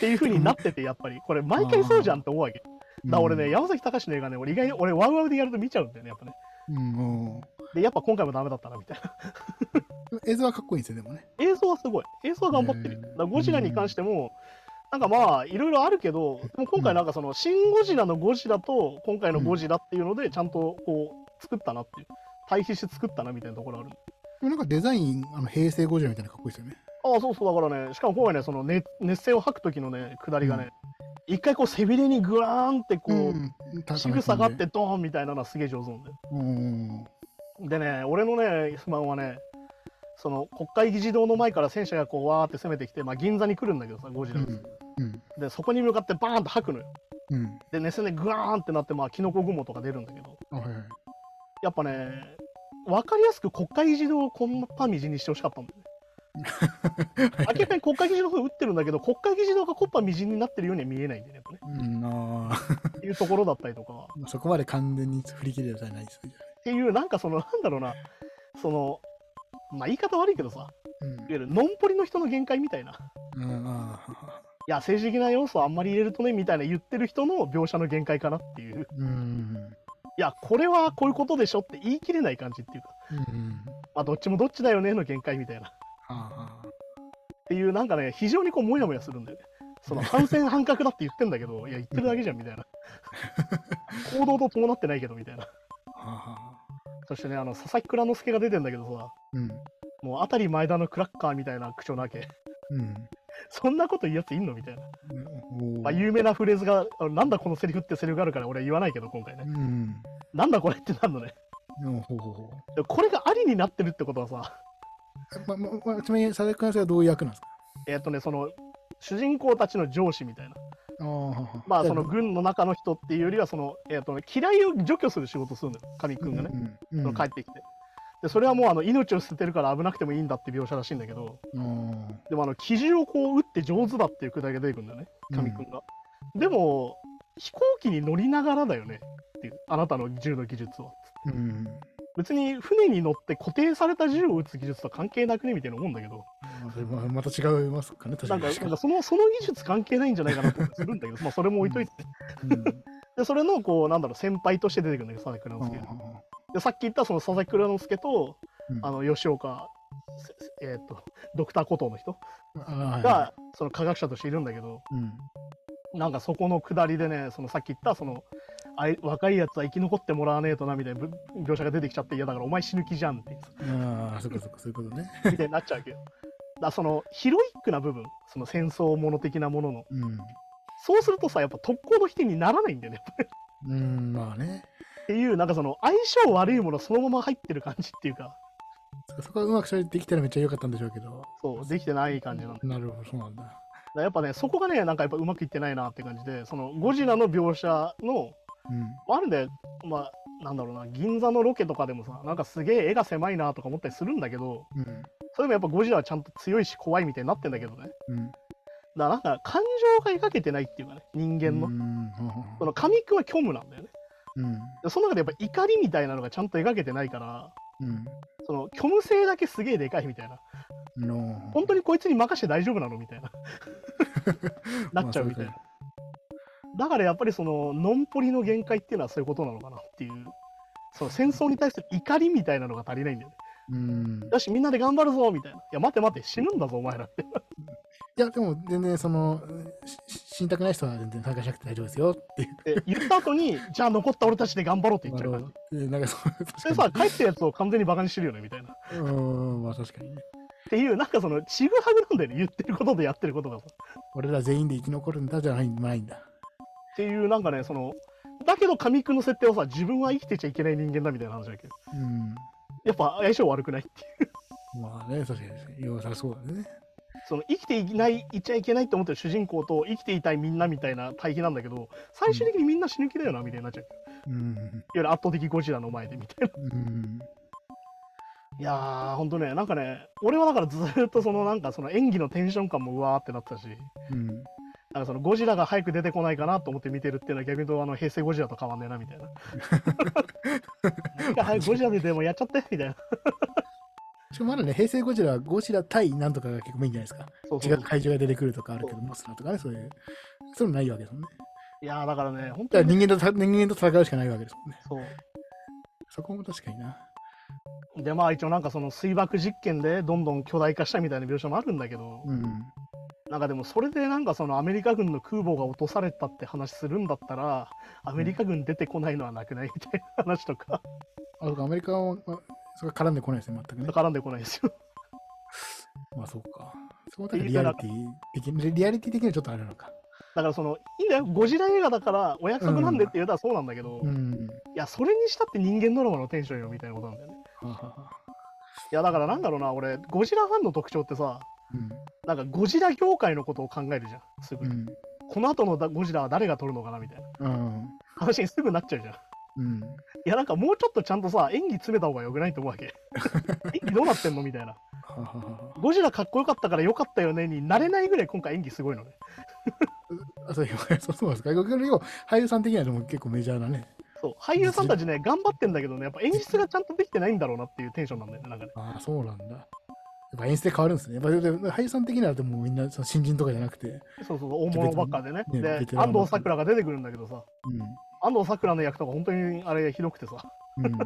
Speaker 1: ていう風になっててやっぱりこれ毎回そうじゃんって思うわけだから俺ね、山崎隆の映画ね、俺意外に俺ワウワウでやると見ちゃうんだよね、やっぱね。
Speaker 2: うん、も
Speaker 1: で、やっぱ今回もダメだったな、みたいな。
Speaker 2: う映像はかっこいいんですよ、でもね。
Speaker 1: 映像はすごい。映像は頑張ってるよ。
Speaker 2: へー
Speaker 1: だからゴジラに関しても、なんかまあ、いろいろあるけど、でも今回なんかその、シン・ゴジラのゴジラと、今回のゴジラっていうので、ちゃんとこう、作ったなっていう。対比して作ったなみたいなところある。
Speaker 2: でもなんかデザイン、あの平成ゴジラみたいなのかっこいいですよね。
Speaker 1: ああ、そうそう、だからね、しかも今回ね、その熱熱線を吐く時のね、下りがね、一回こう背びれにグワーンってこう、
Speaker 2: ん、
Speaker 1: 仕草があって。ドーンみたいなのはすげえ上手なんだよ。
Speaker 2: うん。
Speaker 1: でね、俺のね、不満はね、その国会議事堂の前から戦車がこうわーって攻めてきて、まあ、銀座に来るんだけどさ、ゴジ
Speaker 2: う
Speaker 1: ラが、
Speaker 2: ん。うん。
Speaker 1: で、そこに向かってバーンと吐くのよ。
Speaker 2: うん。
Speaker 1: で、熱戦でグワーンってなって、まあ、キノコ雲とか出るんだけど、
Speaker 2: あはいはい。
Speaker 1: やっぱね、分かりやすく国会議事堂をこんなパンみじんにしてほしかったんだ よね。明らかに国会議事堂の方打ってるんだけど、国会議事堂がコッパみじんになってるようには見えないんでね、やっぱね。
Speaker 2: うん、あー
Speaker 1: っていうところだったりとか、っ
Speaker 2: そこまで完全に振り切れたじゃないですよ。
Speaker 1: ていう、なんかその、なんだろうな、その、まあ、言い方悪いけどさ、いわゆるノンポリの人の限界みたいな。
Speaker 2: うん。うん、ああ。
Speaker 1: いや政治的な要素をあんまり入れるとねみたいな言ってる人の描写の限界かなっていう
Speaker 2: うん。
Speaker 1: いやこれはこういうことでしょって言い切れない感じっていうか、
Speaker 2: うん。
Speaker 1: まあ、どっちもどっちだよねの限界みたいなっ
Speaker 2: ああ。
Speaker 1: ていうなんかね非常にこうモヤモヤするんだよねその反戦反核だって言ってんだけどいや言ってるだけじゃんみたいな行動と伴ってないけどみたいな
Speaker 2: ああ。
Speaker 1: そしてねあの佐々木蔵之介が出てんだけどさ
Speaker 2: うん。
Speaker 1: もう辺り前田のクラッカーみたいな口調なわけ
Speaker 2: うん。
Speaker 1: そんなこと言うやついんのみたいな、
Speaker 2: おー
Speaker 1: まあ、有名なフレーズがあのなんだこのセリフってセリフがあるから俺は言わないけど今回ね
Speaker 2: うん。
Speaker 1: なんだこれってなんのね
Speaker 2: うん、ほうほうほ
Speaker 1: でもこれがありになってるってことはさ、
Speaker 2: う。ま、ま、ま、ちなみに、佐々木君はどういう役なんですか
Speaker 1: えっ、とね、その、主人公たちの上司みたいな、
Speaker 2: ああ。
Speaker 1: まあ、その軍の中の人っていうよりは、その、えっ、とね、嫌いを除去する仕事をするんだよ、神木君がね、
Speaker 2: うん。
Speaker 1: その帰ってきて。で、それはもう、あの、命を捨ててるから危なくてもいいんだって描写らしいんだけど、
Speaker 2: うん。
Speaker 1: でも、あの、基準をこう、打って上手だっていうくだりが出てくるんだよね、神木君が。でも、飛行機に乗りながらだよねっていう、あなたの銃の技術は。
Speaker 2: うん。
Speaker 1: 別に船に乗って固定された銃を撃つ技術とは関係なくねみたいな思うんだけど、
Speaker 2: まあそれままた違いますかね、確
Speaker 1: な
Speaker 2: か
Speaker 1: ん
Speaker 2: に。
Speaker 1: かなんかそのその技術関係ないんじゃないかなと思ってするんだけ ど、まあそれも置いといて、
Speaker 2: うん
Speaker 1: でそれのこうなんだろう先輩として出てくるんだけど、佐々木蔵之介、でさっき言ったその佐々木蔵之介と、
Speaker 2: うん
Speaker 1: あの吉岡、せせえー、とドクターコトーの人
Speaker 2: あ
Speaker 1: が、その科学者としているんだけど、なんかそこの下りでね、そのさっき言ったそのあい若いやつは生き残ってもらわねえとなみたいなぶ描写が出てきちゃって、いやだからお前死ぬ気じゃんって
Speaker 2: ああ、そっかそっか、そういうことね。
Speaker 1: みたいになっちゃうわけど。 だからそのヒロイックな部分、その戦争もの的なものの、
Speaker 2: うん。
Speaker 1: そうするとさ、やっぱ特攻の否定にならないんだよね、
Speaker 2: うん、まあね。
Speaker 1: っていうなんかその相性悪いものそのまま入ってる感じっていうか
Speaker 2: そっかそこはうまく処理できたらめっちゃ良かったんでしょうけど。
Speaker 1: そうできてない感じなんだだか
Speaker 2: なるほど、そうなんだ。
Speaker 1: らやっぱねそこがねなんかやっぱうまくいってないなって感じでそのゴジラの描写の
Speaker 2: うん。
Speaker 1: まああるんでまあなんだろうな銀座のロケとかでもさなんかすげえ絵が狭いなとか思ったりするんだけど
Speaker 2: うん。
Speaker 1: それでもやっぱゴジラはちゃんと強いし怖いみたいになってんだけどね
Speaker 2: うん。
Speaker 1: だからなんか感情が描けてないっていうかね、人間の。
Speaker 2: うん
Speaker 1: その神木は虚無なんだよね。
Speaker 2: うん
Speaker 1: でその中でやっぱ怒りみたいなのがちゃんと描けてないから、
Speaker 2: うん
Speaker 1: その虚無性だけすげえでかいみたいな。
Speaker 2: の
Speaker 1: 本当にこいつに任せて大丈夫なのみ たいな。なっちゃうみたいな。だからやっぱりその、のんぽりの限界っていうのはそういうことなのかなっていう。その戦争に対する怒りみたいなのが足りないんだよね。
Speaker 2: うん
Speaker 1: よし、みんなで頑張るぞみたいな。いや、待て待て、死ぬんだぞ、お前らって。
Speaker 2: いやでも全然そのし死にたくない人は全然参加しなくて大丈夫ですよっていう
Speaker 1: で言った後に、じゃあ残った俺たちで頑張ろうって言っ
Speaker 2: な
Speaker 1: ちゃ
Speaker 2: る
Speaker 1: う
Speaker 2: ほ
Speaker 1: から
Speaker 2: ど。えなんかそう確
Speaker 1: それ
Speaker 2: か
Speaker 1: さ、帰ったやつを完全にバカにしてるよね、みたいな。っ
Speaker 2: にうんまあ確かにね
Speaker 1: ていう、なんかその、ちぐはぐなんだよね、言ってることとやってることがさ。
Speaker 2: 俺ら全員で生き残るんだじゃないないんだ
Speaker 1: っていう、なんかね、その、だけど神君の設定はさ、自分は生きてちゃいけない人間だみたいな話だけど、
Speaker 2: うん
Speaker 1: やっぱ相性悪くないっていう。
Speaker 2: まあね確かに良さそうだね
Speaker 1: その、生きていない、いちゃいけないって思ってる主人公と、生きていたいみんなみたいな対比なんだけど、最終的にみんな死ぬ気だよな、みたいになっちゃう。いわ
Speaker 2: うん
Speaker 1: ゆる圧倒的ゴジラの前でみたいな。
Speaker 2: うん
Speaker 1: いやー、ほんとね、なんかね、俺はだからずーっとその、なんかその演技のテンション感もうわーってなってたし、
Speaker 2: うん
Speaker 1: なんかそのゴジラが早く出てこないかなと思って見てるっていうのは逆に言うとあの平成ゴジラと変わんねえなみたいな。 いや早くゴジラ出てもやっちゃってみたいな。
Speaker 2: しかもまだね平成ゴジラはゴジラ対なんとかが結構メインじゃないですか
Speaker 1: そうそう
Speaker 2: 違
Speaker 1: そ
Speaker 2: う
Speaker 1: う
Speaker 2: 怪獣が出てくるとかあるけどモスラとかねそういうそういうのないわけですもんね
Speaker 1: いやーだからね、本
Speaker 2: だか
Speaker 1: 当
Speaker 2: ら
Speaker 1: に、ね、
Speaker 2: 人間とた人間と戦うしかないわけですもんね
Speaker 1: そ
Speaker 2: そこも確かにな
Speaker 1: う。でまあ一応なんかその水爆実験でどんどん巨大化したみたいな描写もあるんだけど、
Speaker 2: うん
Speaker 1: なんかでもそれでなんかそのアメリカ軍の空母が落とされたって話するんだったら、アメリカ軍出てこないのはなくないみたいな話とか、
Speaker 2: あそうかアメリカはまあそこは絡んでこないですね全くね
Speaker 1: 絡んでこないですよ。
Speaker 2: まあそうか。そこだけリアリティ的に、リアリティ的にはちょっとあるのか。
Speaker 1: だからその、いいんだよ、ゴジラ映画だからお約束なんでって言うたらそうなんだけど、
Speaker 2: う
Speaker 1: い
Speaker 2: ん。
Speaker 1: や、それにしたって人間ドラマのテンションよみたいなことなんだよね。
Speaker 2: はははい
Speaker 1: やだからなんだろうな俺ゴジラファンの特徴ってさ
Speaker 2: うん。
Speaker 1: なんかゴジラ業界のことを考えるじゃんすぐ、
Speaker 2: うん。
Speaker 1: この後のだゴジラは誰が撮るのかなみたいな
Speaker 2: うん。
Speaker 1: 話にすぐなっちゃうじゃんい
Speaker 2: うん。
Speaker 1: やなんかもうちょっとちゃんとさ演技詰めた方がよくないと思うわ け演技どうなってんのみたいな
Speaker 2: ははは
Speaker 1: ゴジラかっこよかったからよかったよねになれないぐらい今回演技すごいのね
Speaker 2: あそう そうそうなんですか。外国の俳優さん的にはでも結構メジャーなね。
Speaker 1: そう俳優さんたちね頑張ってんだけどねやっぱ演出がちゃんとできてないんだろうなっていうテンションなんだよねなんかね
Speaker 2: ああ、そうなんだ。やっぱ演出で変わるんですね。やっぱでも俳優さん的にはでもみんなその新人とかじゃなくて。
Speaker 1: そうそう大物ばっかでね
Speaker 2: ね
Speaker 1: で
Speaker 2: ベテラン
Speaker 1: 安
Speaker 2: の
Speaker 1: 藤サクラが出てくるんだけどさ安藤サクラの役とか本当にあれひどくてさ
Speaker 2: うん。うん。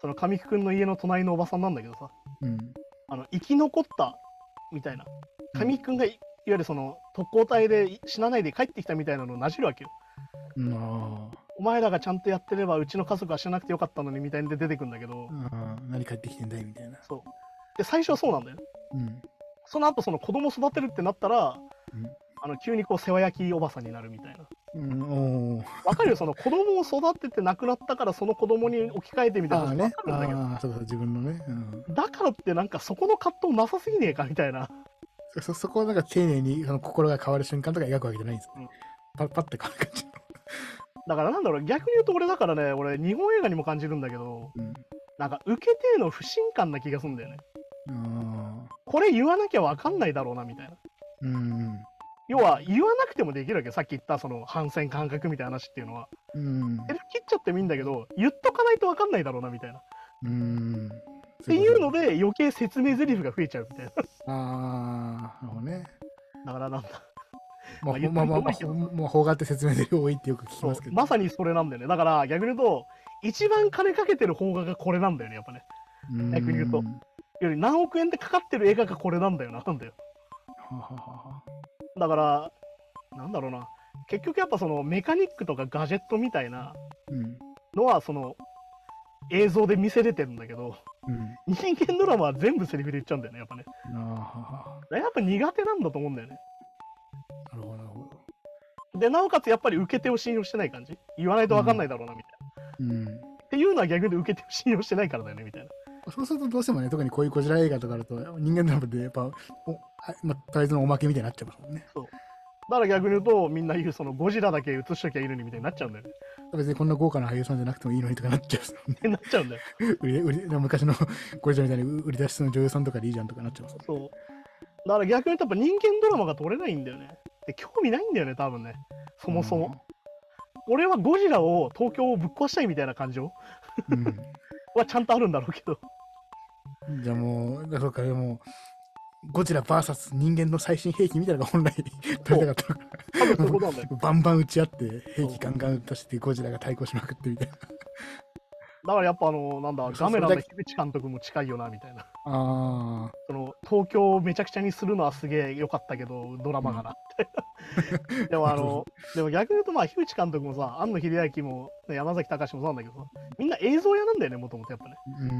Speaker 1: その神木君の家の隣のおばさんなんだけどさ
Speaker 2: うん。
Speaker 1: あの生き残ったみたいな神木君がいいわゆるその特攻隊でい死なないで帰ってきたみたいなのをなじるわけよ
Speaker 2: うん。あ
Speaker 1: お前らがちゃんとやってればうちの家族は死ななくてよかったのにみたいにで出てくんだけど
Speaker 2: あああ。何帰ってきてんだいみたいな。
Speaker 1: そうで最初はそうなんだよ
Speaker 2: うん。
Speaker 1: その後その子供育てるってなったら
Speaker 2: うん
Speaker 1: あの急にこう世話焼きおばさんになるみたいな
Speaker 2: うん、おー
Speaker 1: わかるよその子供を育てて亡くなったからその子供に置き換えてみたい
Speaker 2: ああ
Speaker 1: なの
Speaker 2: ね
Speaker 1: わか。るんだけど
Speaker 2: ああ、そうそう、自分のね。うん。
Speaker 1: だからってなんかそこの葛藤なさすぎねえかみたいな
Speaker 2: そそこをなんか丁寧にその心が変わる瞬間とか描くわけじゃないんですね。
Speaker 1: うん
Speaker 2: パッパッて変わる感じ。
Speaker 1: だからなんだろう逆に言うと俺だからね俺日本映画にも感じるんだけどなんか受け手への不信感な気がするんだよね
Speaker 2: うん。
Speaker 1: これ言わなきゃ分かんないだろうなみたい
Speaker 2: う
Speaker 1: な
Speaker 2: ん。
Speaker 1: 要は言わなくてもできるわけよさっき言ったその反戦感覚みたいな話っていうのは
Speaker 2: うん。
Speaker 1: 切っちゃってもいいんだけど言っとかないと分かんないだろうなみたいなっ
Speaker 2: うん。って
Speaker 1: いうの。で余計説明台詞が増えちゃうみたいな
Speaker 2: ああ、なるほどね。
Speaker 1: だからなんだ
Speaker 2: ま
Speaker 1: まあ
Speaker 2: あ、
Speaker 1: 言って
Speaker 2: まあ、まあ、
Speaker 1: も
Speaker 2: ま
Speaker 1: いい
Speaker 2: あ
Speaker 1: けど、
Speaker 2: もう邦画って説明で多いってよく聞き
Speaker 1: そう
Speaker 2: ますけど。
Speaker 1: まさにそれなんだよねだから逆に言うと一番金かけてる邦画がこれなんだよねやっぱね
Speaker 2: うん
Speaker 1: 逆に言うと
Speaker 2: は
Speaker 1: より何億円でかかってる映画がこれなんだよななんだよ
Speaker 2: ははは
Speaker 1: だから、なんだろうな、結局やっぱそのメカニックとかガジェットみたいな
Speaker 2: うん。
Speaker 1: のは、その映像で見せれてるんだけど、
Speaker 2: うん。
Speaker 1: 人間ドラマは全部セリフで言っちゃうんだよね、やっぱね。
Speaker 2: ああ、はは
Speaker 1: やっぱ苦手なんだと思うんだよね。
Speaker 2: なるほど、なるほど。
Speaker 1: で、なおかつやっぱり受け手を信用してない感じ。言わないと分かんないだろうな、みたいな。
Speaker 2: うん。
Speaker 1: っていうのは逆に受け手を信用してないからだよね、みたいな。
Speaker 2: そうするとどうしてもね、特にこういうこじら映画とかだと、人間ドラマでやっぱ、おあまあ、とりあえずのおまけみたいになっちゃいますもんね。
Speaker 1: だから逆に言うと、みんな言う、そのゴジラだけ映しときゃいいのにみたいになっちゃうんだよね。
Speaker 2: 別にこんな豪華な俳優さんじゃなくてもいいのにとかなっちゃう、 ね。
Speaker 1: なっちゃうんだよ。
Speaker 2: 売り売り昔のゴリラみたいに売り出しの女優さんとかでいいじゃんとかなっちゃいますもんね。
Speaker 1: そう。だから逆に言うとやっぱ人間ドラマが撮れないんだよね。で、興味ないんだよね、多分ね。そもそも。俺はゴジラを東京をぶっ壊したいみたいな感情
Speaker 2: うん。
Speaker 1: はちゃんとあるんだろうけど。
Speaker 2: うんじゃあもう、だそうか、でも、ゴジラ VS 人間の最新兵器みたいなのが本来取りたかったのか
Speaker 1: 多分そういうこ となんだよ。
Speaker 2: バンバン撃ち合って、兵器ガンガン撃たせて、ゴジラが対抗しまくってみたいな。
Speaker 1: だからやっぱあの、なんだ、
Speaker 2: そう
Speaker 1: ガメラ
Speaker 2: そ
Speaker 1: の
Speaker 2: れだ
Speaker 1: 樋口監督も近いよな、みたいな。
Speaker 2: あ
Speaker 1: その、東京をめちゃくちゃにするのはすげえ良かったけど、ドラマがな、みたいな。でもあの、でも逆に言うとまあ、樋口監督もさ、庵野秀明も、ね山崎隆もそうなんだけどさ、みんな映像屋なんだよね、もともとやっぱね。
Speaker 2: あ、うん。
Speaker 1: や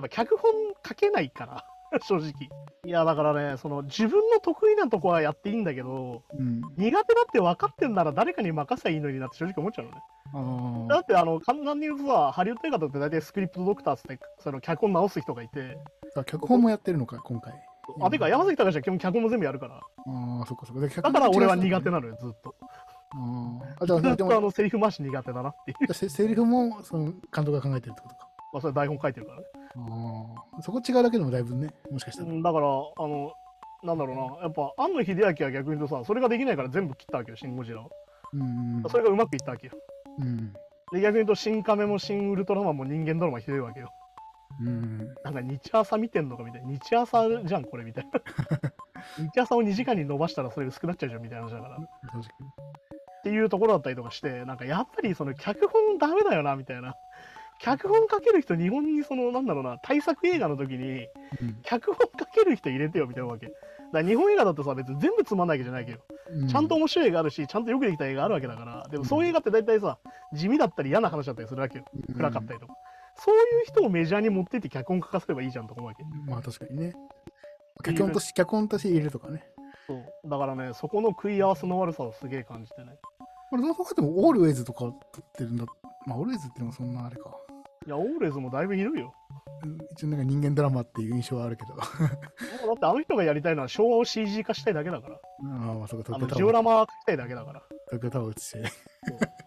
Speaker 1: っぱ脚本書けないから、 正直。いや、だからね、その、自分の得意なとこはやっていいんだけど、
Speaker 2: うん。
Speaker 1: 苦手だって分かってんなら誰かに任せばいいのになって正直思っちゃうのね。
Speaker 2: あ
Speaker 1: だ
Speaker 2: あ
Speaker 1: ってあの簡単に言うとさハリウッド映画だって大体スクリプトドクターっつってその脚本直す人がいて、
Speaker 2: あ。脚本もやってるのか、今回。
Speaker 1: あてか山崎隆は基本脚本も全部やるから
Speaker 2: ああ、そっかそっか。で
Speaker 1: だから俺は苦手。なのよずっと
Speaker 2: 脚本も違うあーあ、だか
Speaker 1: ず
Speaker 2: らで
Speaker 1: っとあ
Speaker 2: も、
Speaker 1: のセリフ回し苦手だなっていう、
Speaker 2: せセリフもその監督が考えてるってことか。
Speaker 1: まあ、それ台本書いてるからね
Speaker 2: ああ、そこ違うだけでもだいぶね、もしかした
Speaker 1: う
Speaker 2: ら。
Speaker 1: んだからあのなんだろうなやっぱ庵野秀明は逆に言うとさそれができないから全部切ったわけよ「シン・ゴジラを」
Speaker 2: うん。
Speaker 1: それがうまくいったわけよ
Speaker 2: うん。
Speaker 1: で逆に言うと「シン・カメ」も「シン・ウルトラマン」も人間ドラマひどいわけよ
Speaker 2: うん。
Speaker 1: なんか日朝見てんのかみたいな日朝じゃんこれみ たいな日朝を2時間に伸ばしたらそれ薄くなっちゃうじゃんみたいな話だから
Speaker 2: 確かに
Speaker 1: っていうところだったりとかしてなんかやっぱりその脚本ダメだよなみたいな脚本書ける人日本にそのなんだろうな大作映画の時
Speaker 2: う
Speaker 1: に
Speaker 2: ん
Speaker 1: 脚本書ける人入れてよみたいなわけだから日本映画だとさ別に全部つまんないわけじゃないけど、
Speaker 2: う
Speaker 1: ちゃんと面白い映画あるしちゃんとよくできた映画あるわけだからでもそういう映画って大体さ地味だったり嫌な話だったりするわけよ暗かったりとか、そういう人をメジャーに持ってって脚本書かせればいいじゃんと思うわけ
Speaker 2: うんまあ確かにね。脚本として、脚本として入れるとかね。
Speaker 1: そうだからねそこの食い合わせの悪さをすげえ感じてね
Speaker 2: 俺、その他でも、オールウェイズとか撮ってるんだ。まあ、オールウェイズってのもそんなあれか。
Speaker 1: いやオーレズもだいぶひどいよ
Speaker 2: うん一応なんか人間ドラマっていう印象はあるけど。
Speaker 1: もうだってあの人がやりたいのは昭和を CG 化したいだけだから。
Speaker 2: ああ、まあそこ
Speaker 1: あ
Speaker 2: 東
Speaker 1: の
Speaker 2: 京タ
Speaker 1: ジオ
Speaker 2: ワー
Speaker 1: ラマを描きたいだけだから。
Speaker 2: 東京タワー映して。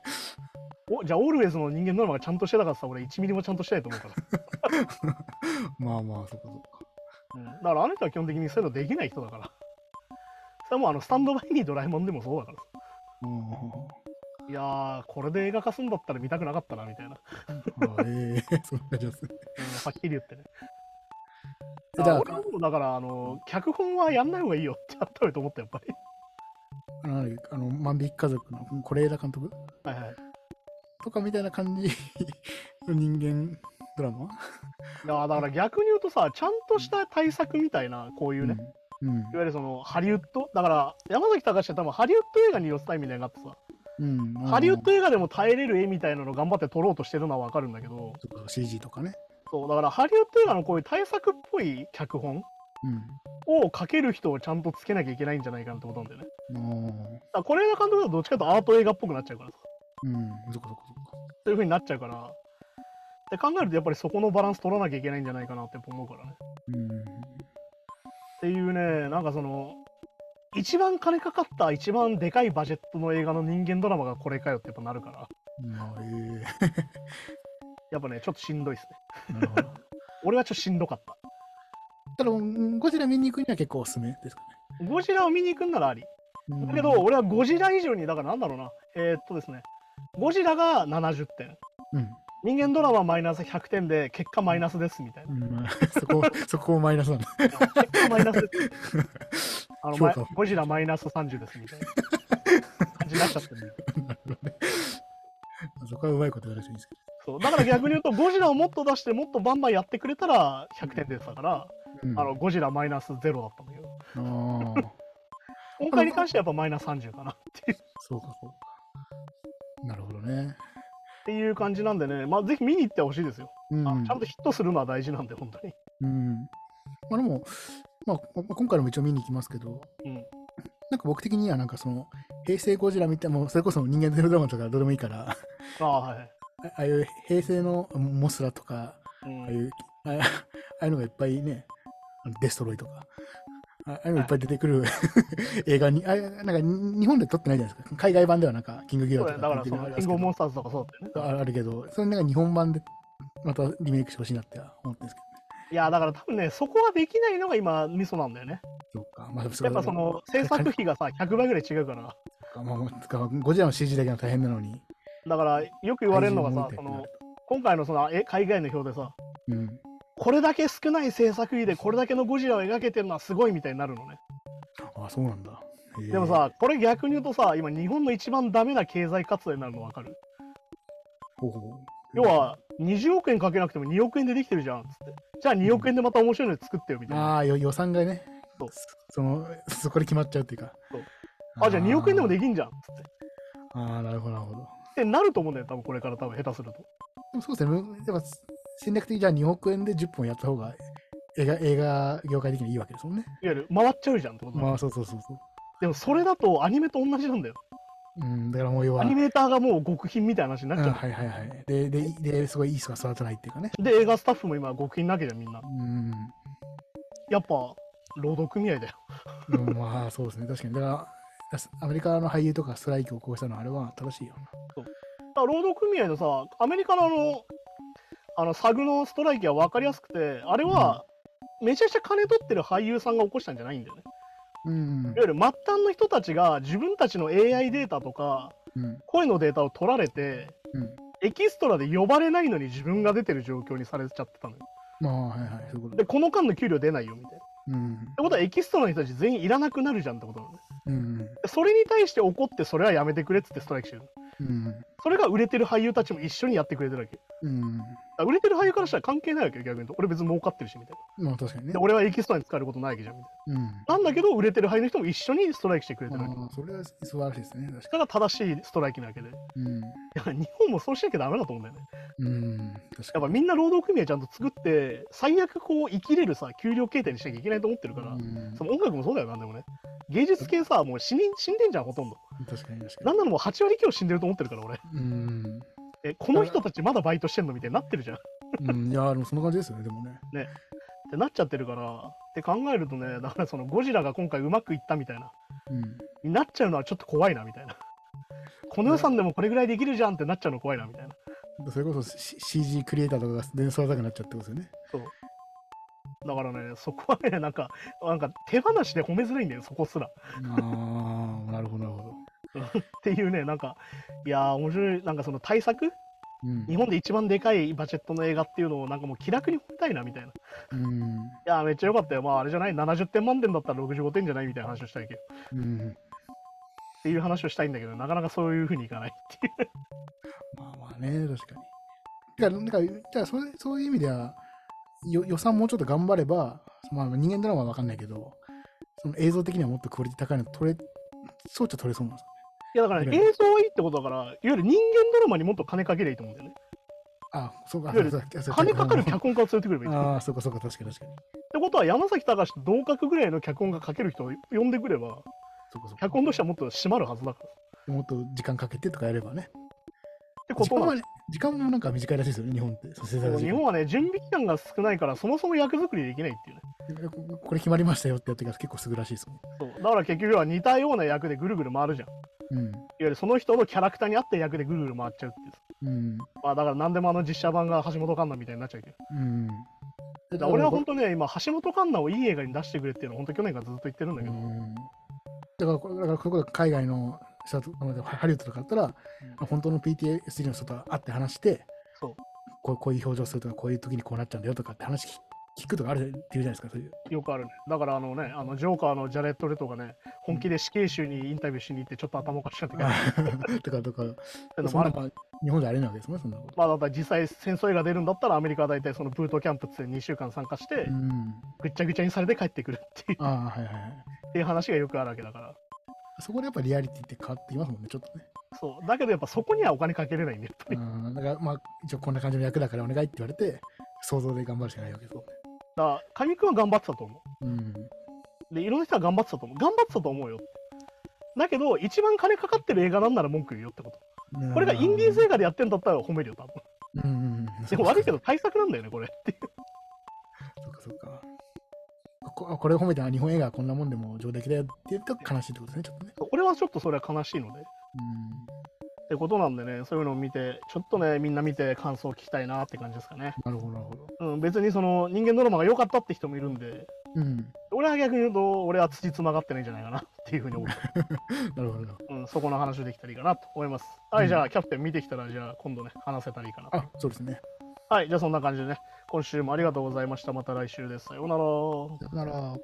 Speaker 1: おじゃあオールウェイズの人間ドラマがちゃんとしてなかったら俺1ミリもちゃんとしてないと思うから。
Speaker 2: まあまあ、そこそこ。
Speaker 1: うん、だからあの人は基本的にそういうのできない人だから。 それはもうあのスタンドバイにドラえもんでもそうだから。
Speaker 2: うん
Speaker 1: いやー、これで映画化するんだったら見たくなかったなみたいな。
Speaker 2: あええ そんなじゃす。
Speaker 1: うんはっきり言ってね。
Speaker 2: え じゃ
Speaker 1: だから
Speaker 2: あ
Speaker 1: 俺はもうだからあの、脚本はやんない方がいいよって改めて思ったやっ ぱり。
Speaker 2: あの、あの万引き家族の是枝監督
Speaker 1: はいはい。
Speaker 2: とかみたいな感じの人間ドラマ
Speaker 1: いやーだから逆に言うとさ、ちゃんとした対策みたいな、こういうね。
Speaker 2: うん。
Speaker 1: いわゆるそのハリウッドだから山崎隆は多分ハリウッド映画に寄せたいみたいになってさ、
Speaker 2: うん。うん
Speaker 1: ハリウッド映画でも耐えれる絵みたいなのを頑張って撮ろうとしてるのは分かるんだけど
Speaker 2: とか CG とかね。
Speaker 1: そうだからハリウッド映画のこういう対策っぽい脚本を書ける人をちゃんとつけなきゃいけないんじゃないかなってことなんだよね
Speaker 2: うん。あ
Speaker 1: だからこれの監督だとどっちかというとアート映画っぽくなっちゃうからさ
Speaker 2: ーうん。そこそこそこ。
Speaker 1: そういう風になっちゃうからで考えるとやっぱりそこのバランス取らなきゃいけないんじゃないかなってやっぱ思うからね
Speaker 2: うん。
Speaker 1: っていうねなんかその一番金かかった一番でかいバジェットの映画の人間ドラマがこれかよってやっぱなるから
Speaker 2: まあ、え
Speaker 1: やっぱね、ちょっとしんどいですね。
Speaker 2: えなるほど。
Speaker 1: 俺はちょっとしんどかった。
Speaker 2: ただ、うんゴジラ見に行くには結構おすすめですか
Speaker 1: ゴジラを見に行くんならあり。
Speaker 2: ね。
Speaker 1: だけど、俺はゴジラ以上に、だからなんだろうな。えーっとですね、ゴジラが70点。
Speaker 2: うん、
Speaker 1: 人間ドラママイナス100点で、結果マイナスですみたいな
Speaker 2: う。ん。まあ そこ、そこもマイナスなんだ。
Speaker 1: 結果マイナ スです。あの、
Speaker 2: 評
Speaker 1: ま
Speaker 2: 価
Speaker 1: ゴジラマイナス30ですみたいな。感じになっちゃってる。
Speaker 2: そこはうまいことやらしいんですけ
Speaker 1: そうだから逆に言うと、ゴジラをもっと出して、もっとバンバンやってくれたら100点でしたから、
Speaker 2: ど。うん
Speaker 1: あの、ゴジラマイナス0だったんだけど、
Speaker 2: ああ。
Speaker 1: 今回に関してはやっぱマイナス30かなっていう。
Speaker 2: そうか、そうか。なるほどね。
Speaker 1: っていう感じなんでね、まあ、ぜひ見に行ってほしいですよ。
Speaker 2: うん。
Speaker 1: あちゃんとヒットするのは大事なんで、本当に。
Speaker 2: うん。まあでも、まあ、まあ今回のも一応見に行きますけど、
Speaker 1: うん
Speaker 2: なんか僕的にはなんかその、平成ゴジラみたいな、もうそれこそ人間ゼロドラマとかどうでもいいから、
Speaker 1: ああ、はい。
Speaker 2: あああいう平成のモスラとか、
Speaker 1: う
Speaker 2: あ
Speaker 1: ん
Speaker 2: あいう、あああいうのがいっぱいね、あのデストロイとか、あああいうのいっぱい出てくる 映画に、ああいうなんかに日本で撮ってないじゃないですか。海外版ではなんか、キングギド
Speaker 1: そう
Speaker 2: ラ
Speaker 1: だ
Speaker 2: と
Speaker 1: ね
Speaker 2: か。
Speaker 1: だから、そ
Speaker 2: ありま
Speaker 1: の、キン
Speaker 2: すけ
Speaker 1: グオ
Speaker 2: ど
Speaker 1: ブモンスターズとかそうだよね。
Speaker 2: ああるけど、それなんか日本版でまたリメイクしてほしいなって思ってるんですけどね。
Speaker 1: いやだから多分ねそこはできないのが今ミソなんだよね
Speaker 2: そっか、まあ、
Speaker 1: やっぱその制作費がさ100倍ぐらい違うから
Speaker 2: そっかまあまあつかゴジラの CG だけは大変なのに。
Speaker 1: だからよく言われるのがさ
Speaker 2: 体
Speaker 1: そ
Speaker 2: 重も重いっ
Speaker 1: の
Speaker 2: て
Speaker 1: 今回のそのえ海外の表でさ
Speaker 2: なるうん。
Speaker 1: これだけ少ない制作費でこれだけのゴジラを描けてるのはすごいみたいになるのね
Speaker 2: あ、そうなんだ。へえ
Speaker 1: でも、さこれ逆に言うとさ今日本の一番ダメな経済活動になるの分かる
Speaker 2: ほうほう
Speaker 1: 要、は20億円かけなくても2億円でできてるじゃんっつってじゃあ2億円でまた面白いの作ってよみたいな、
Speaker 2: ああ、よ予算がね
Speaker 1: そう、
Speaker 2: その、 そこで決まっちゃうっていうか
Speaker 1: そう。あじゃあ2億円でもできんじゃんっつって
Speaker 2: あーあー、なるほど、なるほど。
Speaker 1: ってなると思うんだよ多分これから多分下手すると
Speaker 2: でもそうですね、むやっぱ戦略的にじゃあ2億円で10本やった方が映画映画業界的にいいわけですもんね。
Speaker 1: いわゆる回っちゃうじゃんってことだ、
Speaker 2: まあそうそうそうそう。
Speaker 1: でもそれだとアニメと同じなんだよ
Speaker 2: うん、だからもう要は、
Speaker 1: ア
Speaker 2: う
Speaker 1: ニ
Speaker 2: ん、
Speaker 1: メーターがもう極貧みたいな話になっちゃう、
Speaker 2: はいはいはい。で、で、ですごいいい人が育たないっていうかね。
Speaker 1: で映画スタッフも今極貧なわけじゃんみんな
Speaker 2: うん。
Speaker 1: やっぱ労働組合だよ
Speaker 2: うんまあそうですね、確かに。だから、アメリカの俳優とかストライキを起こしたのはあれは正しいよな。
Speaker 1: だから労働組合のさアメリカのあのあのサグのストライキは分かりやすくてあれはめちゃくちゃ金取ってる俳優さんが起こしたんじゃないんだよね
Speaker 2: うん
Speaker 1: いわゆる末端の人たちが自分たちの AI データとか
Speaker 2: うん。
Speaker 1: 声のデータを取られて
Speaker 2: うん。
Speaker 1: エキストラで呼ばれないのに自分が出てる状況にされちゃってたのよ
Speaker 2: まあはいはい、そういうこと
Speaker 1: でこの間の給料出ないよみたいなっ
Speaker 2: うん。
Speaker 1: てことはエキストラの人たち全員いらなくなるじゃんってことなのね
Speaker 2: うん。
Speaker 1: でそれに対して怒ってそれはやめてくれっつってストライキしてる
Speaker 2: うん。
Speaker 1: それが売れてる俳優たちも一緒にやってくれてるわけ
Speaker 2: うん。
Speaker 1: だから売れてる俳優からしたら関係ないわけよ逆に言うと俺別に儲かってるしみたいな
Speaker 2: まあ確かにね
Speaker 1: で。俺はエキストラに使えることないわけじゃんみたい
Speaker 2: うん。
Speaker 1: ななんだけど売れてる俳優の人も一緒にストライキしてくれてるわけ
Speaker 2: ああ、それは素晴らしいですね、確か
Speaker 1: だから正しいストライキなわけでい
Speaker 2: に。うん。
Speaker 1: や日本もそうしなきゃダメだと思うんだよね
Speaker 2: うん、確
Speaker 1: やっ
Speaker 2: か
Speaker 1: ぱ
Speaker 2: に。
Speaker 1: みんな労働組合ちゃんと作って最悪こう生きれるさ給料形態にしなきゃいけないと思ってるから、
Speaker 2: うん
Speaker 1: その音楽もそうだよなんでもね芸術系さもう死に死んでんじゃんほとんど
Speaker 2: 確かに確か
Speaker 1: な
Speaker 2: に。
Speaker 1: んならもう8割今日死んでると思ってるから俺
Speaker 2: うん、
Speaker 1: えこの人たちまだバイトしてんのみたいになってるじゃん
Speaker 2: うん、いや、でもそんな感じですよね、でもね。
Speaker 1: ってなっちゃってるからって考えるとねだからそのゴジラが今回うまくいったみたいな
Speaker 2: うん。
Speaker 1: になっちゃうのはちょっと怖いなみたいなこの予算でもこれぐらいできるじゃんってなっちゃうの怖いなみたいな
Speaker 2: それこそ C- CG クリエイターとかが伝送たくなっちゃってますよね。
Speaker 1: だからねそこはねなんかなんか手放しで褒めづらいんだよそこすら
Speaker 2: ああ、なるほど、なるほど。
Speaker 1: っていうねなんかいやー面白いなんかその対策
Speaker 2: うん
Speaker 1: 日。本で一番でかいバジェットの映画っていうのをなんかもう気楽に褒めたいなみたいない
Speaker 2: うん。
Speaker 1: やーめっちゃ良かったよまああれじゃない70点満点だったら65点じゃないみたいな話をしたいけど
Speaker 2: うん。
Speaker 1: っていう話をしたいんだけどなかなかそういうふうにいかないっていう
Speaker 2: まあまあね、確かに。だから、なんか、じゃあそれ、そういう意味では、よ予算もうちょっと頑張れば、まあ、人間ドラマは分かんないけど、その映像的にはもっとクオリティ高いの撮れ、そうっちゃ撮れそうなんですよね。
Speaker 1: いやだからね、
Speaker 2: うん
Speaker 1: 映像はいいってことだからいわゆる人間ドラマにもっと金かけりゃいいと思うんだよね
Speaker 2: あ、そうか、
Speaker 1: いわゆる
Speaker 2: そうかそう
Speaker 1: 金かかる脚本家を連れてくればいいんですよ
Speaker 2: ああ、そうか、そうか、確かに、確かに。
Speaker 1: ってことは山崎隆と同格ぐらいの脚本が書ける人を呼んでくれば
Speaker 2: そうか、そうか。
Speaker 1: 脚本としてはもっと締まるはずだからっ
Speaker 2: もっと時間かけてとかやればね。
Speaker 1: てこ
Speaker 2: 時
Speaker 1: と
Speaker 2: 間
Speaker 1: な
Speaker 2: は
Speaker 1: ん
Speaker 2: ね、時間もなんか短いらしいですよね、日本って。そう制作
Speaker 1: で
Speaker 2: 時
Speaker 1: 日
Speaker 2: 間
Speaker 1: 本はね準備期間が少ないからそもそも役作りできないっていうね
Speaker 2: ここれ決まりましたよってやってから結構すぐらしいですも
Speaker 1: そうだから結局は似たような役でぐるぐる回るじゃんいわ
Speaker 2: ん。うん。
Speaker 1: ゆるその人のキャラクターに合った役でぐるぐる回っちゃうっていう
Speaker 2: うん。
Speaker 1: まあだから何でもあの実写版が橋本環奈みたいになっちゃうけど
Speaker 2: うん。
Speaker 1: だから俺は本当ね今橋本環奈をいい映画に出してくれっていうのを本当去年からずっと言ってるんだ
Speaker 2: う
Speaker 1: けど、
Speaker 2: ん。だからこれ、だからこういうこと海外の人とかハリウッドとかだったら、本当の PTSD の人と会って話して、
Speaker 1: そう
Speaker 2: こうこういう表情するとか、こういう時にこうなっちゃうんだよとかって話聞聞くとかあるっていうじゃないですか、そう いう。
Speaker 1: よくあるね。だからあのね、あのジョーカーのジャレット・レトがね、本気で死刑囚にインタビューしに行ってちょっと頭おかしかったけど、
Speaker 2: とか、とか、
Speaker 1: ての
Speaker 2: そ
Speaker 1: も
Speaker 2: ん
Speaker 1: あ
Speaker 2: な
Speaker 1: る
Speaker 2: まあ日本じゃあれなわけですもんね、そんなこと。
Speaker 1: まあだから実際戦争映画出るんだったらアメリカは大体そのブートキャンプっつって2週間参加して
Speaker 2: うん。
Speaker 1: ぐっちゃぐちゃにされて帰ってくるっていう
Speaker 2: ああ、はいはいはい。
Speaker 1: っていう 話がよくあるわけだから。
Speaker 2: そこでやっぱリアリティって変わってきますもんね、ちょっとね。
Speaker 1: そう。だけどやっぱそこにはお金かけれないんで、やっぱり。
Speaker 2: うん、だからまあ、一応こんな感じの役だからお願いって言われて、想像で頑張るしかないわけですも
Speaker 1: だから神くんは頑張ってたと思
Speaker 2: んね。
Speaker 1: う。で、いろんな人は頑張ってたと思う。頑張ってたと思うよ。だけど、一番金かかってる映画なんなら文句言うよってこと。
Speaker 2: うん。
Speaker 1: これがインディーズ映画でやってんだったら褒めるよ、多分。
Speaker 2: うんうんうん。
Speaker 1: でも悪いけど対策なんだよね、これ。
Speaker 2: そっかそっか。ここれを褒めて、あ日本映画はこんなもんでも上出来だよって言うと悲しいってことですね、ちょっとね。
Speaker 1: 俺はちょっとそれは悲しいので。
Speaker 2: うん。
Speaker 1: ってことなんでね、そういうのを見て、ちょっとね、みんな見て感想を聞きたいなって感じですかね。
Speaker 2: なるほど、なるほど。
Speaker 1: うん、別にその人間ドラマが良かったって人もいるんで、
Speaker 2: うん。
Speaker 1: 俺は逆に言うと、俺は土つまがってないんじゃないかなっていうふうに思う。
Speaker 2: なるほど。
Speaker 1: うん、そこの話できたらいいかなと思います。はい、
Speaker 2: うん
Speaker 1: じゃあ、キャプテン見てきたら、じゃあ、今度ね、話せたらいいかなと。
Speaker 2: あ、そうですね。
Speaker 1: はい、じゃあ、そんな感じでね、今週もありがとうございました。また来週です。さようなら。
Speaker 2: さよなら。